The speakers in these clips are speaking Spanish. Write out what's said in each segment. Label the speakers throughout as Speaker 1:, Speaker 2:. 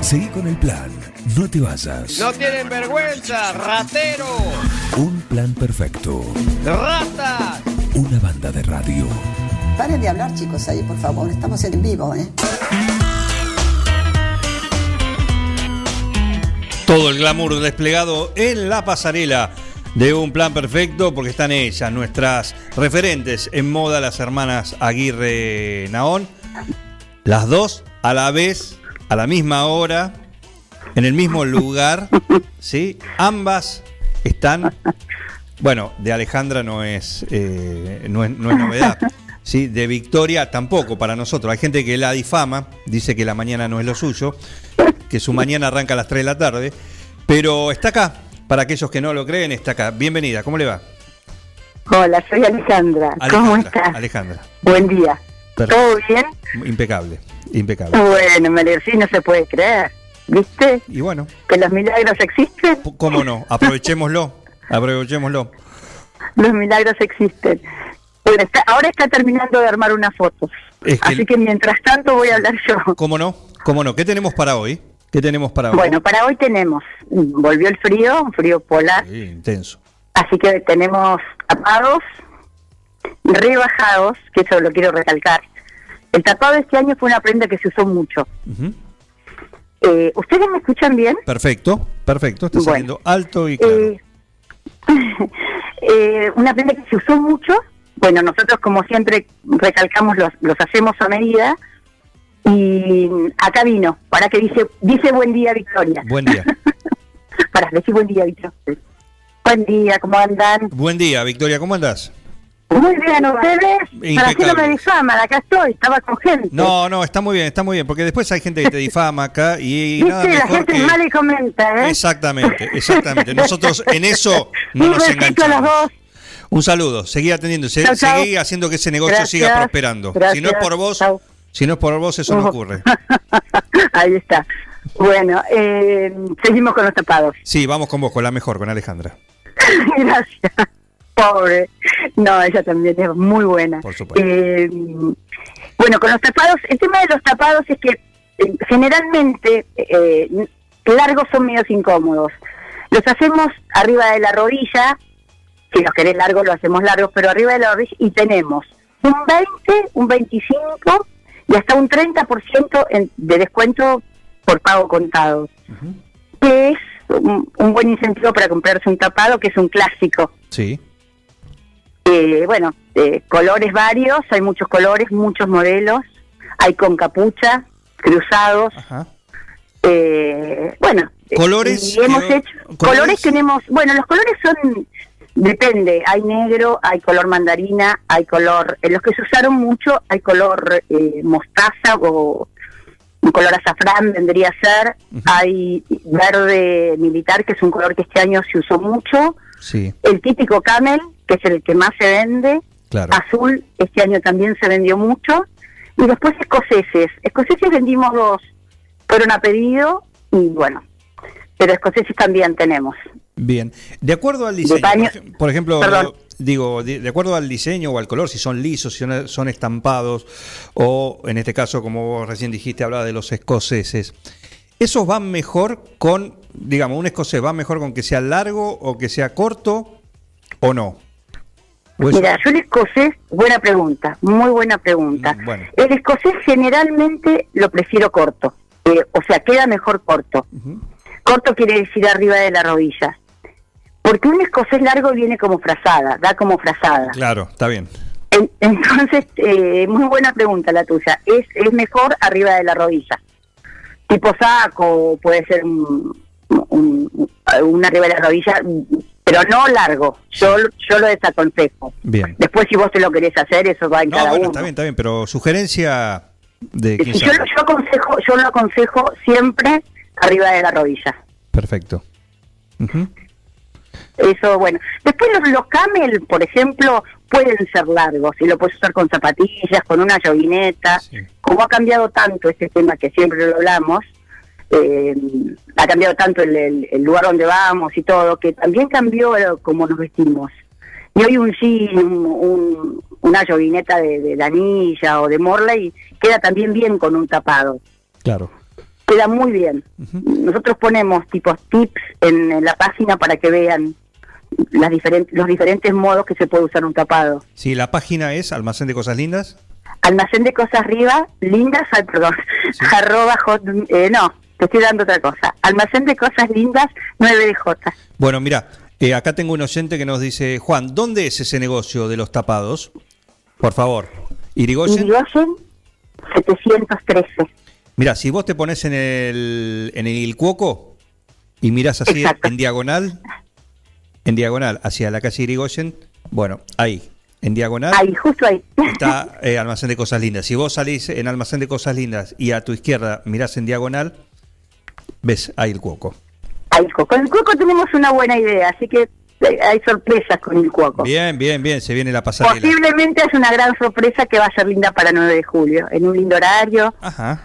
Speaker 1: Seguí con el plan. No te vayas.
Speaker 2: No tienen vergüenza, ratero,
Speaker 1: Un plan perfecto.
Speaker 2: rata.
Speaker 1: Una banda de radio.
Speaker 3: Paren de hablar, chicos, ahí, por favor. Estamos en vivo, ¿eh?
Speaker 4: Todo el glamour desplegado en la pasarela de un plan perfecto, porque están ellas, nuestras referentes en moda, las hermanas Aguirre Naón. Las dos a la vez, a la misma hora, en el mismo lugar, ¿sí? Ambas están. Bueno, de Alejandra no es, eh, no es, no es novedad. ¿sí? De Victoria tampoco para nosotros. Hay gente que la difama, dice que la mañana no es lo suyo, que su mañana arranca a las 3 de la tarde. Pero está acá, para aquellos que no lo creen, está acá. Bienvenida, ¿cómo le va?
Speaker 5: Hola, soy Alejandra. ¿Cómo
Speaker 4: Alejandra,
Speaker 5: estás?
Speaker 4: Alejandra,
Speaker 5: Buen día.
Speaker 4: Perfecto.
Speaker 5: ¿Todo bien?
Speaker 4: impecable, impecable.
Speaker 5: Bueno, me sí, no se puede creer. ¿Viste?
Speaker 4: Y bueno,
Speaker 5: Que los milagros existen.
Speaker 4: p- cómo no, aprovechémoslo, aprovechémoslo.
Speaker 5: Los milagros existen. Bueno, está- ahora está terminando de armar unas fotos.
Speaker 4: Es que-
Speaker 5: Así que mientras tanto voy a hablar yo.
Speaker 4: ¿Cómo no? ¿Cómo no? ¿Qué tenemos para hoy? ¿Qué tenemos para hoy?
Speaker 5: Bueno, para hoy tenemos, mm, volvió el frío, un frío polar,
Speaker 4: Sí, intenso.
Speaker 5: así que tenemos tapados, rebajados, que eso lo quiero recalcar. El tapado este año fue una prenda que se usó mucho.
Speaker 4: Ujú.
Speaker 5: Eh, ¿Ustedes me escuchan bien?
Speaker 4: Perfecto, perfecto. Está
Speaker 5: Bueno.
Speaker 4: saliendo alto y claro.
Speaker 5: Eh, eh, una prenda que se usó mucho. Bueno, nosotros como siempre recalcamos, los, los hacemos a medida. Y acá vino, para que dice, dice buen día Victoria.
Speaker 4: Buen día.
Speaker 5: para decir buen día Victoria. Buen día, ¿cómo andan?
Speaker 4: Buen día, Victoria, ¿cómo andás?
Speaker 5: Muy bien, ¿ustedes? Para que no me
Speaker 4: Impecable.
Speaker 5: difaman, acá estoy, estaba con gente.
Speaker 4: No, no, está muy bien, está muy bien, porque después hay gente que te difama acá y, nada
Speaker 5: Viste, la
Speaker 4: mejor
Speaker 5: gente
Speaker 4: que...
Speaker 5: es mala y comenta, ¿eh?
Speaker 4: Exactamente, exactamente. Nosotros en eso no
Speaker 5: Un
Speaker 4: nos
Speaker 5: besito a los
Speaker 4: enganchamos.
Speaker 5: dos.
Speaker 4: Un saludo, seguí atendiendo, se-
Speaker 5: Chau, chau.
Speaker 4: seguí haciendo que ese negocio
Speaker 5: Gracias,
Speaker 4: siga prosperando. si no es
Speaker 5: gracias,
Speaker 4: por vos,
Speaker 5: chau.
Speaker 4: si no es por vos, eso no
Speaker 5: Ojo.
Speaker 4: ocurre.
Speaker 5: Ahí está. Bueno, eh, seguimos con los tapados.
Speaker 4: Sí, vamos con vos, con la mejor, con Alejandra.
Speaker 5: Gracias. Pobre. No, ella también es muy buena.
Speaker 4: Por supuesto.
Speaker 5: Eh, bueno, con los tapados, el tema de los tapados es que eh, generalmente eh, largos son medios incómodos. Los hacemos arriba de la rodilla, si los querés largos lo hacemos largos, pero arriba de la rodilla y tenemos un 20, un 25 y hasta un 30% en- de descuento por pago contado que es un, un buen incentivo para comprarse un tapado, que es un clásico.
Speaker 4: Sí,
Speaker 5: Eh, bueno, eh, colores varios, hay muchos colores, muchos modelos, hay con capucha, cruzados,
Speaker 4: ajá.
Speaker 5: eh, bueno. eh,
Speaker 4: Colores,
Speaker 5: y hemos
Speaker 4: creo-
Speaker 5: hecho, colores,
Speaker 4: colores.
Speaker 5: tenemos, bueno, los colores son, depende, hay negro, hay color mandarina, hay color, en los que se usaron mucho, hay color eh, mostaza o un color azafrán vendría a ser, hay verde militar, que es un color que este año se usó mucho,
Speaker 4: Sí,
Speaker 5: el típico camel, que es el que más se vende,
Speaker 4: claro.
Speaker 5: azul este año también se vendió mucho y después escoceses escoceses vendimos dos fueron a pedido y bueno pero escoceses también tenemos
Speaker 4: Bien. De acuerdo al diseño, por,
Speaker 5: paño-
Speaker 4: ej- por ejemplo,
Speaker 5: Perdón.
Speaker 4: digo, de, de acuerdo al diseño o al color, si son lisos, si son, son estampados, o en este caso, como vos recién dijiste, hablaba de los escoceses. ¿Esos van mejor con, digamos, un escocés va mejor con que sea largo o que sea corto o no? O eso-
Speaker 5: mira yo el escocés buena pregunta muy buena pregunta
Speaker 4: Mm, bueno.
Speaker 5: el escocés generalmente lo prefiero corto eh, o sea queda mejor corto
Speaker 4: Ujú.
Speaker 5: corto quiere decir arriba de la rodilla porque un escocés largo viene como frazada da como frazada
Speaker 4: Claro, está bien.
Speaker 5: En- Entonces, eh, muy buena pregunta la tuya. Es, es mejor arriba de la rodilla. Tipo saco, puede ser un, un- un arriba de la rodilla, pero no largo. Yo, yo lo desaconsejo.
Speaker 4: Bien.
Speaker 5: Después, si vos te lo querés hacer, eso va en
Speaker 4: No,
Speaker 5: cada
Speaker 4: bueno,
Speaker 5: uno.
Speaker 4: está bien, está bien, pero sugerencia de
Speaker 5: Si
Speaker 4: quién
Speaker 5: yo, lo-
Speaker 4: sabe.
Speaker 5: yo, aconsejo, yo lo aconsejo siempre arriba de la rodilla.
Speaker 4: Perfecto. Ujú.
Speaker 5: Eso, bueno. Después los, los camel, por ejemplo, pueden ser largos y lo puedes usar con zapatillas, con una llovineta.
Speaker 4: Sí.
Speaker 5: Como ha cambiado tanto este tema que siempre lo hablamos, eh, ha cambiado tanto el, el- el lugar donde vamos y todo, que también cambió eh, cómo nos vestimos. Y hoy un jean, un- un- una llovineta de, de anilla o de Morley queda también bien con un tapado.
Speaker 4: Claro.
Speaker 5: queda muy bien. Nosotros ponemos tipos tips en, en la página para que vean las diferentes, los diferentes modos que se puede usar un tapado.
Speaker 4: Sí, la página es Almacén de Cosas Lindas.
Speaker 5: Almacén de cosas arriba, lindas, ay, perdón, arroba hot, eh, no, te estoy dando otra cosa. Almacén de cosas lindas 9DJ.
Speaker 4: Bueno, mira, eh, acá tengo un oyente que nos dice, Juan, ¿dónde es ese negocio de los tapados? Por favor. Irigoyen.
Speaker 5: Irigoyen 713.
Speaker 4: Mira, si vos te pones en el, en el cuoco y miras así
Speaker 5: Exacto.
Speaker 4: en diagonal, en diagonal, hacia la calle Irigoyen, bueno, ahí, en diagonal
Speaker 5: Ahí, justo ahí.
Speaker 4: está eh, Almacén de Cosas Lindas. Si vos salís en Almacén de Cosas Lindas y a tu izquierda mirás en diagonal, ves ahí el cuoco.
Speaker 5: Ahí, con el cuoco tenemos una buena idea, así que eh, hay sorpresas con el cuoco.
Speaker 4: Bien, bien, bien, se viene la pasarela.
Speaker 5: Posiblemente es una gran sorpresa que va a ser linda para 9 de julio, en un lindo horario,
Speaker 4: Ajá,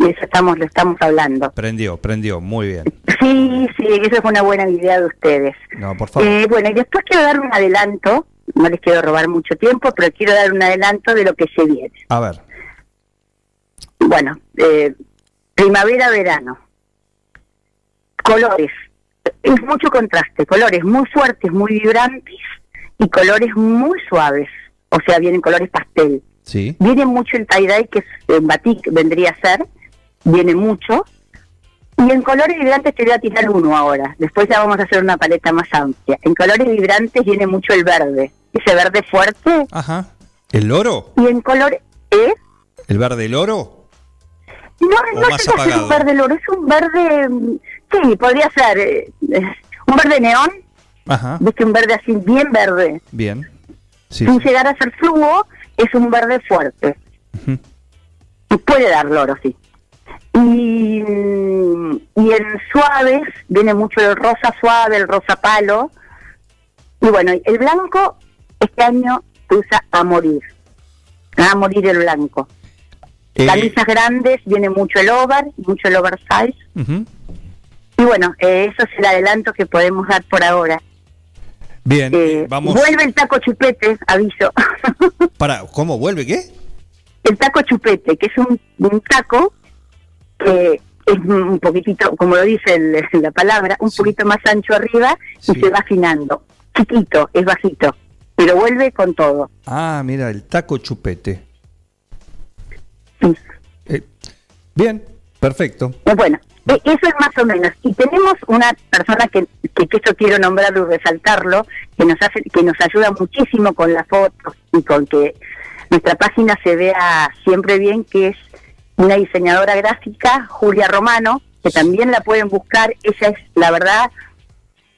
Speaker 5: y eso estamos, lo estamos hablando.
Speaker 4: prendió, prendió, muy bien.
Speaker 5: Sí, sí, eso es una buena idea de ustedes.
Speaker 4: No, por favor.
Speaker 5: Eh, bueno, y después quiero dar un adelanto, no les quiero robar mucho tiempo, pero quiero dar un adelanto de lo que se viene.
Speaker 4: A ver,
Speaker 5: Bueno, eh, primavera-verano. Colores. Es mucho contraste. Colores muy fuertes, muy vibrantes y colores muy suaves. O sea, vienen colores pastel.
Speaker 4: sí.
Speaker 5: Viene mucho el tie-dye, que es en batik vendría a ser, viene mucho. Y en colores vibrantes te voy a tirar uno ahora, después ya vamos a hacer una paleta más amplia. En colores vibrantes viene mucho el verde, ese verde fuerte.
Speaker 4: Ajá. ¿El loro?
Speaker 5: Y en color ¿eh?
Speaker 4: ¿El verde loro?
Speaker 5: No,
Speaker 4: O
Speaker 5: no
Speaker 4: más
Speaker 5: sé si es
Speaker 4: apagado.
Speaker 5: un verde loro, es un verde, mm, sí, podría ser, eh, eh, un verde neón,
Speaker 4: Ajá.
Speaker 5: viste, un verde así bien verde.
Speaker 4: Bien. Sí,
Speaker 5: Sin
Speaker 4: sí.
Speaker 5: llegar a ser fluo, es un verde fuerte.
Speaker 4: Ujú.
Speaker 5: Y puede dar loro, sí. Y, mm, y en suaves viene mucho el rosa suave, el rosa palo. Y bueno, el blanco este año se usa a morir. A morir el blanco.
Speaker 4: Eh,
Speaker 5: Camisas grandes, viene mucho el over, mucho el oversize.
Speaker 4: ujú.
Speaker 5: Y bueno, eh, eso es el adelanto que podemos dar por ahora.
Speaker 4: Bien,
Speaker 5: Eh,
Speaker 4: vamos.
Speaker 5: Vuelve el taco chupete, aviso.
Speaker 4: Para, ¿Cómo vuelve? ¿Qué?
Speaker 5: el taco chupete, que es un, un taco que es un poquitito, como lo dice el- la palabra, un poquito más ancho arriba y
Speaker 4: Sí.
Speaker 5: se va afinando. Chiquito, es bajito, pero vuelve con todo.
Speaker 4: Ah, mira, el taco chupete.
Speaker 5: Sí.
Speaker 4: Eh, bien, perfecto.
Speaker 5: Eh, Bueno, e- eso es más o menos. Y tenemos una persona que, que, que esto quiero nombrarlo y resaltarlo, que nos hace, que nos ayuda muchísimo con las fotos y con que nuestra página se vea siempre bien, que es una diseñadora gráfica, Julia Romano, que también la pueden buscar. Ella es, la verdad,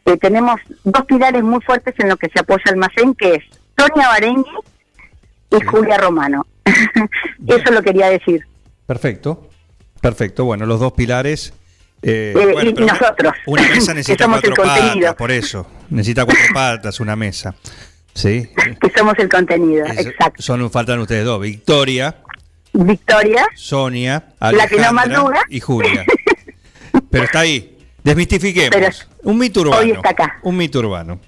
Speaker 5: eh, tenemos dos pilares muy fuertes en lo que se apoya Almacén, que es Sonia Barengui y Julia Romano. eso lo quería decir.
Speaker 4: Perfecto. Perfecto. Bueno, los dos pilares. eh,
Speaker 5: Eh,
Speaker 4: bueno,
Speaker 5: y
Speaker 4: pero una-
Speaker 5: nosotros,
Speaker 4: Una mesa
Speaker 5: que
Speaker 4: necesita
Speaker 5: somos
Speaker 4: cuatro
Speaker 5: el contenido.
Speaker 4: patas, por eso. Necesita cuatro patas, una mesa. Sí.
Speaker 5: Que somos el contenido,
Speaker 4: Es-
Speaker 5: exacto.
Speaker 4: Son, faltan ustedes dos: Victoria,
Speaker 5: Victoria,
Speaker 4: Sonia,
Speaker 5: La que no
Speaker 4: Alejandra
Speaker 5: madruga.
Speaker 4: y Julia. Pero está ahí. Desmistifiquemos.
Speaker 5: Pero
Speaker 4: un mito urbano.
Speaker 5: hoy está acá.
Speaker 4: Un mito urbano.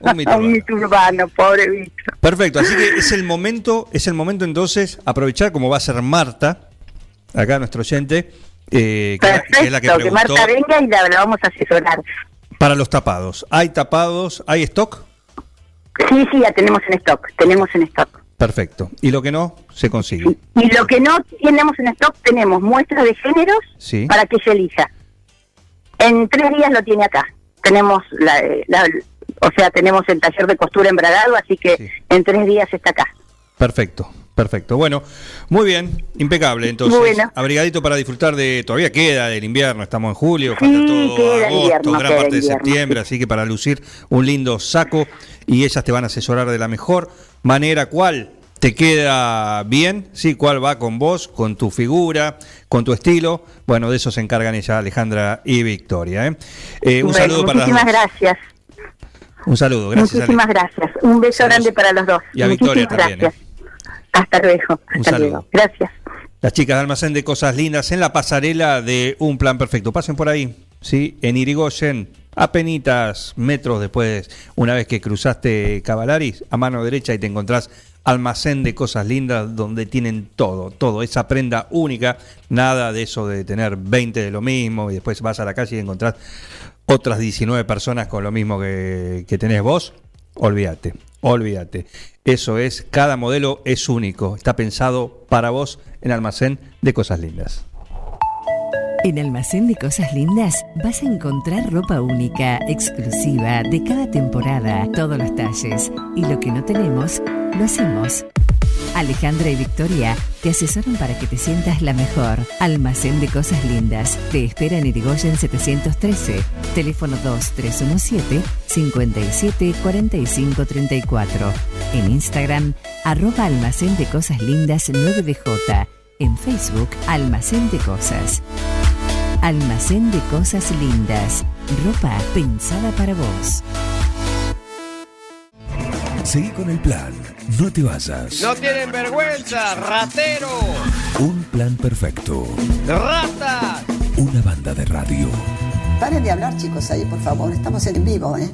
Speaker 4: un mito
Speaker 5: a
Speaker 4: urbano.
Speaker 5: un mito urbano, pobre Víctor.
Speaker 4: Perfecto, así que es el momento, es el momento entonces aprovechar como va a ser Marta, acá nuestro oyente, eh, que,
Speaker 5: Perfecto,
Speaker 4: que es la que
Speaker 5: que,
Speaker 4: preguntó
Speaker 5: Marta venga y la, la vamos a asesorar.
Speaker 4: para los tapados. ¿Hay tapados? ¿Hay stock?
Speaker 5: Sí, sí, ya tenemos en stock, tenemos en stock.
Speaker 4: Perfecto. ¿Y lo que no? Se consigue.
Speaker 5: Y, y lo que no tenemos en stock, tenemos muestras de géneros
Speaker 4: Sí.
Speaker 5: para que se elija. En tres días lo tiene acá. Tenemos la, eh, la- o sea, tenemos el taller de costura en Bragado, así que
Speaker 4: Sí.
Speaker 5: en tres días está acá.
Speaker 4: Perfecto, perfecto. Bueno, muy bien, impecable entonces.
Speaker 5: Bueno.
Speaker 4: Abrigadito para disfrutar de, todavía queda del invierno, estamos en julio,
Speaker 5: Sí,
Speaker 4: falta todo
Speaker 5: queda
Speaker 4: agosto,
Speaker 5: invierno,
Speaker 4: gran
Speaker 5: queda
Speaker 4: parte de
Speaker 5: invierno,
Speaker 4: septiembre, así que para lucir un lindo saco y ellas te van a asesorar de la mejor manera cuál te queda bien, sí, cuál va con vos, con tu figura, con tu estilo. Bueno, de eso se encargan ellas Alejandra y Victoria. ¿eh? Eh, un
Speaker 5: Bueno,
Speaker 4: saludo para las
Speaker 5: muchísimas
Speaker 4: dos.
Speaker 5: gracias.
Speaker 4: Un saludo, gracias. Ale.
Speaker 5: Muchísimas gracias. Un beso
Speaker 4: Saludos.
Speaker 5: grande para los dos.
Speaker 4: Y a
Speaker 5: Muchísimas
Speaker 4: Victoria también, ¿eh?
Speaker 5: Gracias. Hasta luego.
Speaker 4: Un
Speaker 5: Hasta
Speaker 4: saludo.
Speaker 5: luego. Gracias.
Speaker 4: Las chicas de Almacén de Cosas Lindas en la pasarela de Un Plan Perfecto. Pasen por ahí, ¿sí? En Irigoyen, apenitas metros después, una vez que cruzaste Cavalaris, a mano derecha y te encontrás almacén de cosas lindas donde tienen todo, todo, esa prenda única, nada de eso de tener 20 de lo mismo y después vas a la calle y encontrás otras 19 personas con lo mismo que, que tenés vos, olvídate, olvídate. Eso es, cada modelo es único, está pensado para vos en almacén de cosas lindas.
Speaker 6: En Almacén de Cosas Lindas vas a encontrar ropa única, exclusiva, de cada temporada, todos los talles. Y lo que no tenemos, lo hacemos. Alejandra y Victoria te asesoran para que te sientas la mejor. Almacén de Cosas Lindas te espera en Irigoyen 713, teléfono 2317 57 45 34. En Instagram, arroba Almacén de Cosas Lindas 9DJ. En Facebook, Almacén de Cosas. Almacén de cosas lindas. Ropa pensada para vos.
Speaker 1: Seguí con el plan, no te vayas.
Speaker 2: No tienen vergüenza, rateros,
Speaker 1: Un plan perfecto.
Speaker 2: ratas.
Speaker 1: Una banda de radio.
Speaker 3: Paren de hablar, chicos, ahí, por favor. Estamos en vivo, ¿eh?